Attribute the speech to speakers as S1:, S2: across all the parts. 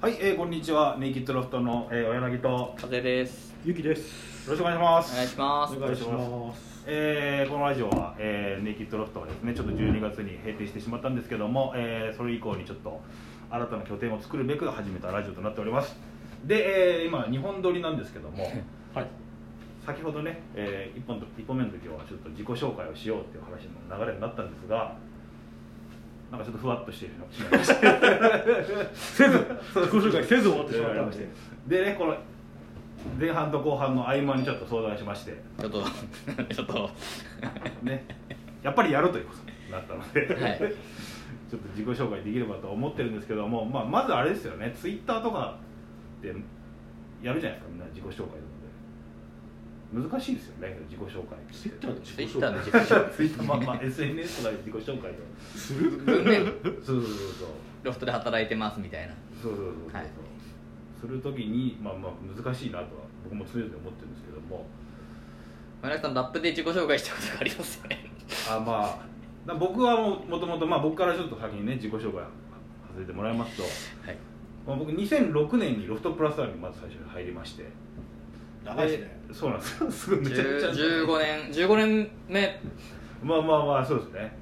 S1: はい、えー、こんにちは、ネイキッドロフトの、えー、小柳と、よ
S2: 風です
S3: ゆきです。
S1: ろしくお願いします。
S2: お願いします
S1: お願いします。
S3: す。
S1: えーこのラジオは、えーネイキッドロフトがですね、ちょっと12月に閉店してしまったんですけども、えーそれ以降にちょっと新たな拠点を作るべく始めたラジオとなっております。で、えー今、日本撮りなんですけど も、
S3: はい。
S1: 先ほどね、え1, 本と一本目の時はちょっと自己紹介をしようっていう話の流れになったんですが、なんかちょっとふわっとしてるのしまいました。
S3: せず、自己紹介せず終わってしまったの
S1: で
S3: で。
S1: ねこの前半と後半の合間にちょっと相談しまして
S2: ちょっとちょっとは
S1: ねやっぱりやるということになったので、
S2: い
S1: ちょっと自己紹介できればと思ってるんですけども、まあ、まずあれですよねツイッターとかでやるじゃないですかみんな自己紹介とかで難しいですよね自己紹介
S3: ツイッターで
S2: ツイッターの自己紹
S1: ツイッターまあまあ SNS とかで自己紹介と
S3: する。
S2: 文面
S1: そうそうそうそう
S2: ロフトで働いてますみたいな
S1: そうそうそうそう、
S2: はい
S1: するときにまあまあ難しいなとは僕も常々思ってるんですけども
S2: 村木さんラップで自己紹介したことがありますよね
S1: あまあだ僕はももともと、まあ、僕からちょっと先にね自己紹介させてもらいますと、
S2: はい
S1: まあ、僕2006年にロフトプラスワンにまず最初に入りまして
S3: 長いですね
S1: でそうなんですよ すごいめちゃくちゃ
S2: 15年15年目
S1: まあまあまあそうですね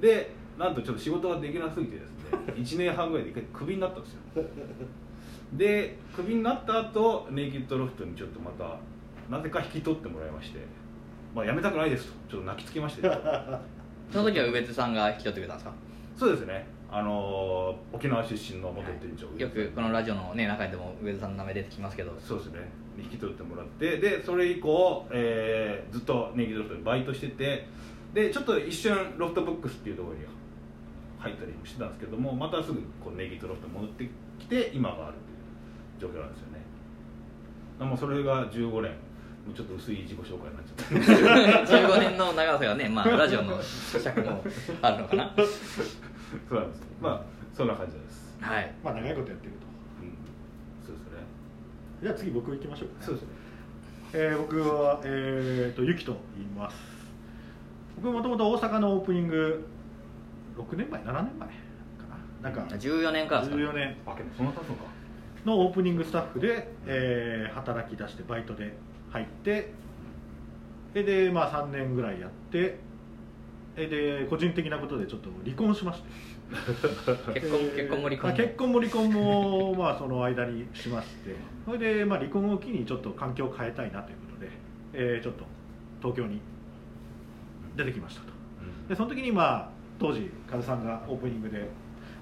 S1: でなんとちょっと仕事ができなすぎてですね 1年半ぐらいで一回クビになったんですよでクビになった後ネイキッドロフトにちょっとまたなぜか引き取ってもらいましてまあ辞めたくないですとちょっと泣きつきまして
S2: その時は上津さんが引き取ってくれたんですか
S1: そうですねあのー沖縄出身の元店長、
S2: よくこのラジオのね中でも上津さんの名前出てきますけど
S1: そうですね引き取ってもらってでそれ以降、えーずっとネギロフトでバイトしててでちょっと一瞬ロフトブックスっていうところに入ったりもしてたんですけどもまたすぐこうネギとロフトに戻ってきて今があるという状況なんですよねあもうそれが15年もうちょっと薄い自己紹介になっちゃっ
S2: 15年の長さがねまあラジオの尺もあるのかな
S1: た そうなんですまあそんな感じです、
S2: はい
S3: まあ、長いことやってると。
S1: うん、そうですね
S3: じゃあ、次、僕行きましょう。
S1: そうですね
S3: えー僕は、えーと、ゆきと言います。僕もともと大阪のオープニング。六年前、七年前。かな。なんか。
S2: 14年からですか
S3: 14年
S1: あけどそんな経つのか
S3: のオープニングスタッフで、えー働き出してバイトで入ってでで、まあ、3年ぐらいやってでで個人的なことでちょっと離婚しまして
S2: 結婚
S3: えー
S2: 結婚も離婚
S3: あ
S2: も
S3: 結婚も離婚もまあその間にしましてそれで、まあ、離婚を機にちょっと環境を変えたいなということで、えーちょっと東京に出てきましたと
S1: うん
S3: でその時にまあ当時風さんがオープニングで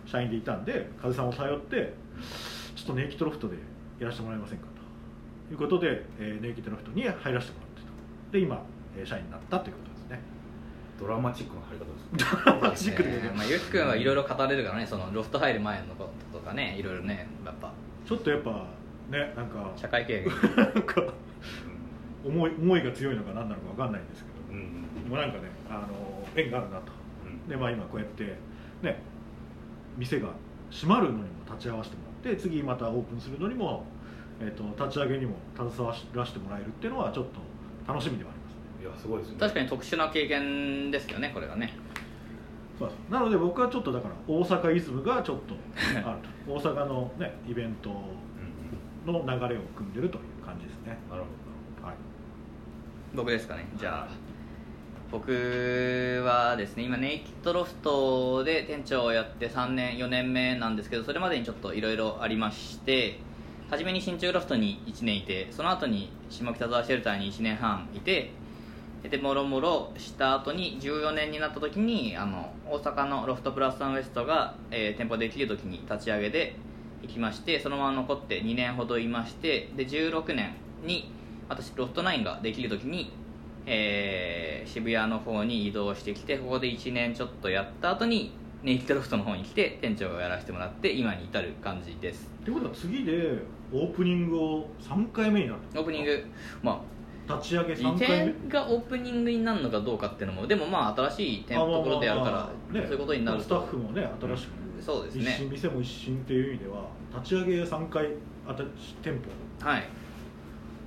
S3: 社員でいたんで風さんを頼ってちょっとネイキッドロフトでやらせてもらえませんかということで、えーネイキッドロフトに入らせてもらってとで今、えー社員になったということですね
S1: ドラマチックな入り方ですね
S2: そうです
S3: マジックで
S2: ねまあ、ゆきくんはいろいろ語れるからねそのロフト入る前のこととかねいろいろねやっぱ
S3: ちょっとやっぱねなんか
S2: 社会経験
S3: なんか思い思いが強いのか何なのか分かんないんですけ
S1: うんうん
S3: どもうなんかねあの縁があるなと
S1: うん
S3: でまあ今こうやってね店が閉まるのにも立ち会わせてもらって次またオープンするのにも、えー、と立ち上げにも携わらせてもらえるっていうのはちょっと楽しみではありますね
S1: いやすごいですね
S2: 確かに特殊な経験ですよねこれはね
S3: そうですなので僕はちょっとだから大阪イズムがちょっ とあると大阪のねイベント
S1: うん
S3: の流れを組んでるという感じですね
S1: うんなるほどなる
S3: はい
S2: 僕ですかねじゃあ僕はですね今ネイキッドロフトで店長をやって3年4年目なんですけどそれまでにちょっといろいろありまして初めに新中ロフトに1年いてその後に下北沢シェルターに1年半いてでもろもろした後に14年になった時にあの大阪のロフトプラスワンウエストが、えー店舗できる時に立ち上げで行きましてそのまま残って2年ほどいましてで16年に私ロフト9ができる時に、えー渋谷の方に移動してきてここで1年ちょっとやった後にネイキッドロフトの方に来て店長をやらせてもらって今に至る感じです
S3: ってことは次でオープニングを3回目になる
S2: オープニングまあ
S3: 立ち上げ
S2: 移
S3: 3回目
S2: 転がオープニングになるのかどうかっていうのもでもまあ新しい店舗ところでやるか
S3: ま
S2: ら
S3: あまあ
S2: そう
S3: まあ
S2: いうことになる
S3: スタ
S2: と
S3: ッフもね新し
S2: うん
S3: く
S2: そうですね
S3: 一新店も一新っていう意味では立ち上げ3回あた店舗
S2: はい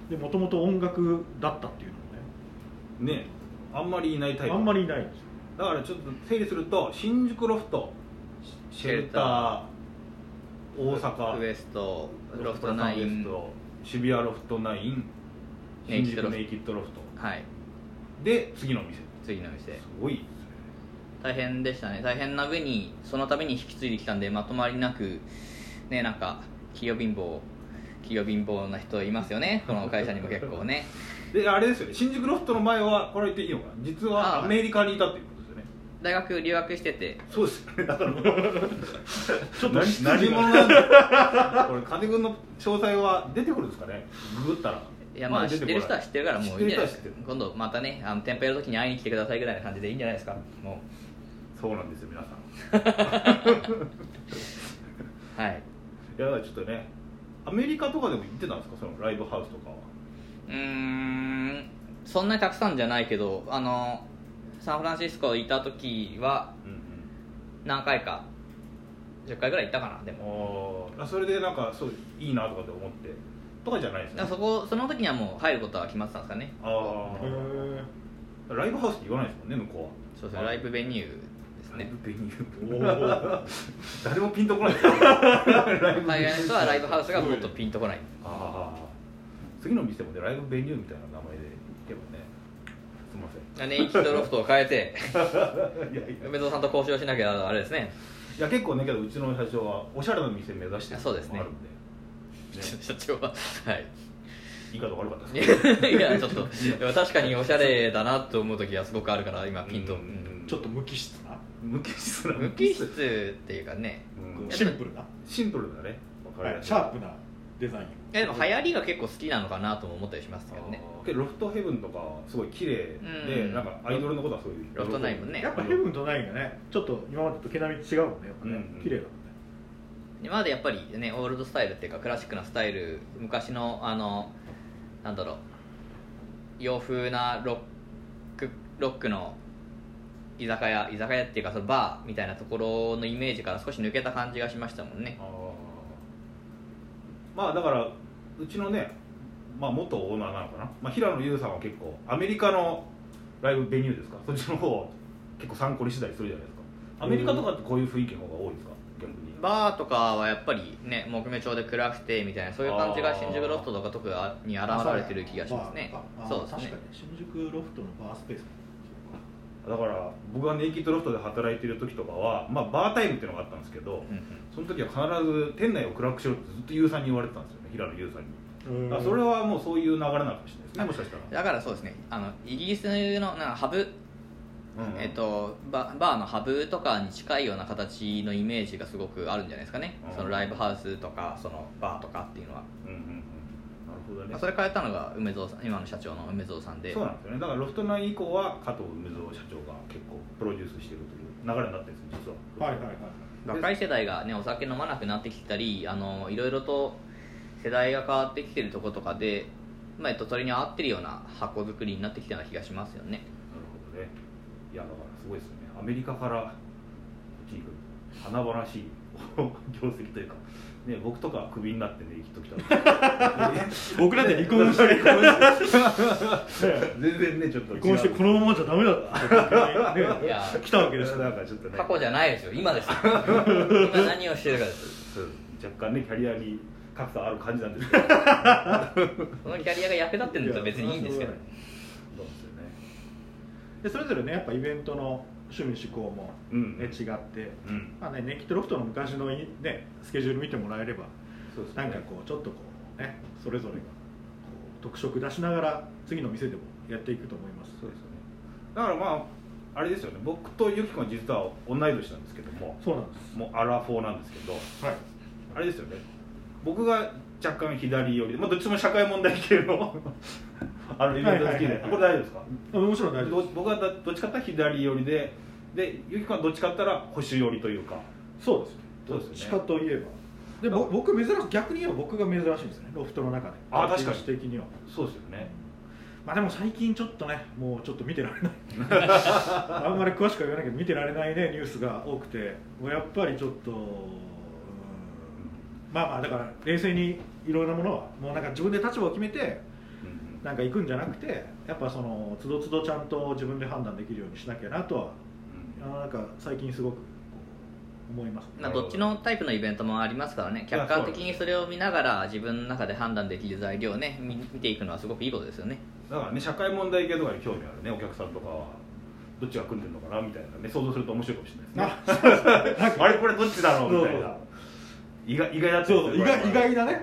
S3: でもともと音楽だったっていうのもね
S1: ほどねあんまりいないタイプ
S3: あんまりいないんですよ
S1: だからちょっと整理すると新宿ロフトシシェルター大阪
S2: ウエストロフト
S1: ナ
S2: ナ
S1: イ
S2: イ
S1: ン
S2: ン
S1: 渋谷ロフトナイン
S2: ネイ
S1: 新
S2: キッ
S1: 宿
S2: ドロフト
S1: ネイキッドロフト
S2: はい
S1: で次のお店す
S2: 次の店
S1: ごいですね
S2: 大変でしたね大変な上にそのために引き継いできたんでまとまりなくねなんか企業貧乏企業貧乏な人いますよねこの会社にも結 構ね
S1: であれですよね新宿ロフトの前はこれ言っていいのかな実
S2: あ
S1: はアメリカにいたっていうことですよね
S2: 大学留学してて
S1: そうですよねだ からもう
S3: ちょっと
S1: 何何者なんだこれ金君の詳細は出てくるんですかねググったら
S2: いやまあ知
S1: 出
S2: ってて
S1: こな
S2: る
S1: い
S2: 人は知ってるからもういいんじゃないです
S1: 知っ
S2: か
S1: てる人は知ってる
S2: 今度またねあの店舗やる時に会いに来てくださいぐらいな感じでいいんじゃないですかも
S1: そうなんですよ皆さん
S2: うはい
S1: いやだからちょっとねアメリカとかでも行ってたんですかそのライブハウスとかは
S2: うーんそんなにたくさんじゃないけどあのサンフランシスコいた時は
S1: うんうん
S2: 何回か10回ぐらい行ったかなでも
S1: あーあそれでなんかそういいなとかって思ってとかじゃないです
S2: だから
S1: ね
S2: そこその時にはもう入ることは決まってたんですかね
S1: あ
S3: へー
S1: あライブハウスって言わないですもんね向こうは
S2: そうですねライブベニューです
S1: ライ
S2: ね
S1: ブベニュ
S3: お
S1: ー
S3: ー
S1: 誰もピンとこないですよライブ
S2: 海外の人はライブハウスがもっとピンとこない
S1: ああ次の店もねライブベニューみたいな名前で行けばねすいません
S2: ネイキッドロフトを変えて
S1: いやいや
S2: 梅蔵さんと交渉しなきゃあれですね
S1: いや結構ねけどうちの社長はおしゃれな店目指してる
S2: そうです
S1: の
S2: ね
S1: もあるんで ね
S2: 社長ははい
S1: 言い方悪かったです
S2: いやちょっとでも確かにおしゃれだなと思う時はすごくあるから今ピンと、
S1: うんうんうん
S3: ちょっと無機質な
S1: 無機質な
S2: 無機質っていうかね
S1: うん
S3: シンプルな、
S1: シンプルだねわかり
S3: は
S1: や
S3: い
S1: すい
S3: シャープなデザイン
S2: えでも流行りが結構好きなのかなとも思ったりしますけどね
S1: あーけどロフトヘブンとかはすごい綺麗で、
S2: うん
S1: なんかアイドルのことはそういう
S2: ロフトナインもね
S3: やっぱヘブンとナインがねちょっと今までと毛並み違うもんねやっぱね、
S1: うんうん
S3: 綺麗だもんね
S2: 今までやっぱりねオールドスタイルっていうかクラシックなスタイル昔のあのなんだろう洋風なロックロックの居酒屋居酒屋っていうかそのバーみたいなところのイメージから少し抜けた感じがしましたもんね
S1: あーまあだからうちのね、まあ、元オーナーなのかな、まあ、平野優さんは結構アメリカのライブベニューですかそっちの方を結構参考にしたりするじゃないですかアメリカとかってこういう雰囲気の方が多いですか逆に
S2: バーとかはやっぱりね木目調で暗くてみたいなそういう感じが新宿ロフトとか特に現れてる気がしますね
S3: ああ
S2: そうですね
S3: 確かに新宿ロフトのバースペース
S1: だから僕がネイキッドロフトで働いてる時とかは、まあ、バータイムっていうのがあったんですけど
S2: うん
S1: その時は必ず店内を暗くしろってずっと優さんに言われてたんですよね平野優さんにだからそれはもうそういう流れなのかもしれないですねもしかしたら
S2: うん、だからそうですねあのイギリスのなんかハブ
S1: うん
S2: えっと、ババーのハブとかに近いような形のイメージがすごくあるんじゃないですかね、
S1: うん
S2: そのライブハウスとかそのバーとかっていうのは、
S1: うんうんうんなるほどね
S2: まあそれ変えたのが梅蔵さん今の社長の梅蔵さんで
S1: そうなんですよねだからロフトナイン以降は加藤梅蔵社長が結構プロデュースしてるという流れになってるんですよ実は
S3: はいはいはい
S2: 若い世代がねお酒飲まなくなってきたりあのいろいろと世代が変わってきてるとことかで、まあえっと、それに合ってるような箱作りになってきたような気がしますよね
S1: なるほどねいやだからすごいですよねアメリカからこっちに行く華々しい業績というか、ね、僕とかはクビになってね生きときた
S3: 僕らで離婚して
S1: 離婚して 全然ねちょっと違う
S3: 離婚してこのままじゃダメだったって
S2: いや
S3: 来たわけです
S1: なんかちょっとね
S2: 過去じゃないですよ 今ですよ今何をしてるかです
S1: そう若干ねキャリアに格差ある感じなんです けどそうなん
S2: そのキャリアが役立ってるんだったら別にいいんですけど
S1: ですよね
S3: でそれぞれねやっぱイベントの趣味趣向も、
S1: うん
S3: ね、違って、
S1: うん
S3: まあね、ネキットロフトの昔のい、ね、スケジュール見てもらえれば
S1: そうですね
S3: なんかこうちょっとこうねそれぞれがこう特色出しながら次の店でもやっていくと思います
S1: そうですよねだからまああれですよね僕とユキ君は実は同い年なんですけども
S3: そうなんです
S1: もうアラフォーなんですけど
S3: はい
S1: あれですよね僕が若干左寄りで、まあ、どっちも社会問題系のあのイベント好き
S3: はいはい
S1: で
S3: はいはい
S1: これ大丈夫ですか
S3: あもちろん大丈夫で
S1: ど僕はだどっちかっていうと左寄りででユキ君はどっちかって言ったら保守寄りというか
S3: すそうです
S1: そうですね
S3: 鹿といえばでぼ僕珍しく逆に言えば僕が珍しいんですねロフトの中で
S1: あ確かに
S3: 私的には
S1: そうですよね
S3: まあでも最近ちょっとねもうちょっと見てら れないあんまり詳しくは言わないけど見てられないねニュースが多くてもうやっぱりちょっとうんまあまあだから冷静にいろいろなものはもうなんか自分で立場を決めて
S1: うんうん
S3: なんか行くんじゃなくてやっぱそのつどつどちゃんと自分で判断できるようにしなきゃなとは
S1: うん
S3: あのなんか最近すごくこ思います、
S2: まあ、どっちのタイプのイベントもありますからね
S1: いや
S2: 客観的にそれを見ながら自分の中で判断できる材料をねみ見ていくのはすごくいいことですよね
S1: だからね社会問題系とかに興味あるねお客さんとかはどっちが組んでるのかなみたいなね想像すると面白いかもしれない
S3: あそう
S1: ですねあれこれどっちだろうみたいな意外意外だったり
S3: そう
S1: す
S3: そう意
S1: るから
S3: 外意外なね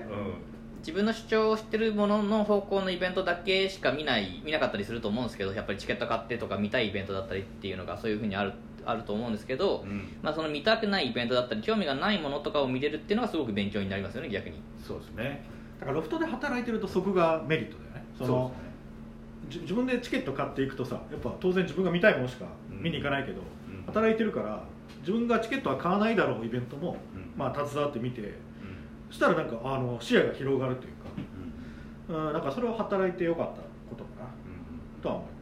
S2: 自分の主張をしてるものの方向のイベントだけしか見ない見なかったりすると思うんですけどやっぱりチケット買ってとか見たいイベントだったりっていうのがそういうふうにあるあると思うんですけど
S1: うん、うん
S2: まあ、その見たくないイベントだったり興味がないものとかを見れるっていうのがすごく勉強になりますよね逆に
S1: そうですね
S3: だからロフトで働いてるとそこがメリットだよねその
S1: うですね
S3: じ自分でチケット買っていくとさやっぱ当然自分が見たいものしか見に行かないけど、
S1: うん
S3: 働いてるから自分がチケットは買わないだろうイベントも、
S1: うん
S3: まあ、携わってみて
S1: う
S3: そしたらなんかあの視野が広がるというん
S1: うん
S3: か、うん、なんかそれを働いてよかったことかなとは思いま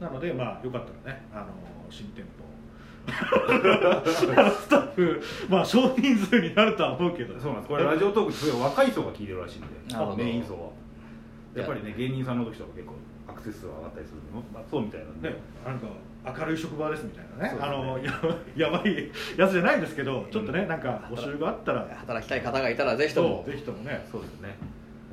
S3: すなのでまあよかったらねあの新店 舗あのスタッフまあ少人数になるとは思うけど
S1: そうなんですこれラジオトークすごい若い層が聞いてるらしいんで
S2: なるほど
S1: メイン層はやっぱりね芸人さんの時とか結構アクセス数が上がったりするの、まあ、そうみたいなんで、
S3: ね、なんか明るい職場ですみたいなね
S1: そうですね
S3: あのや やばいやつじゃないんですけどちょっとね、
S1: うん
S3: なんか募集があったら
S2: 働きたい方がいたらぜひとも
S3: そうぜひともね
S1: そうですね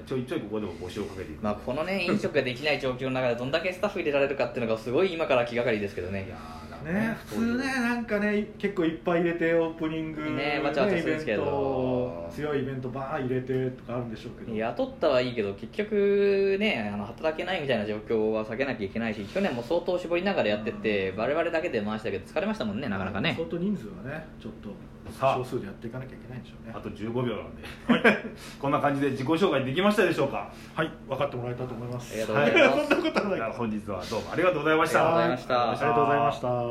S1: ちょいちょいここでも募集をかけていく、
S2: まあ、このね飲食ができない状況の中でどんだけスタッフ入れられるかっていうのがすごい今から気がかりですけどね
S1: いやーだから
S3: ね普通ねなんかね結構いっぱい入れてオープニング、
S2: ねわちゃわちゃするんですけど
S3: イベント強いイベントバーン入れてとかあるんでしょうけど
S2: 雇ったはいいけど結局ねあの働けないみたいな状況は避けなきゃいけないし去年も相当絞りながらやってて我々だけで回したけど疲れましたもんねなかなかね
S3: 相当人数はねちょっと
S1: さあ
S3: 少数でやっていかなきゃいけないんでしょうね
S1: あと15秒なんで、こんな感じで自己紹介できましたでしょうか
S3: はい分かってもらえたと思います
S2: ありがとう
S1: ござい
S2: ます
S3: はいそんなことはない
S1: 本日はどうもありがとうございました
S2: ありがとうございました
S3: ありがとうございました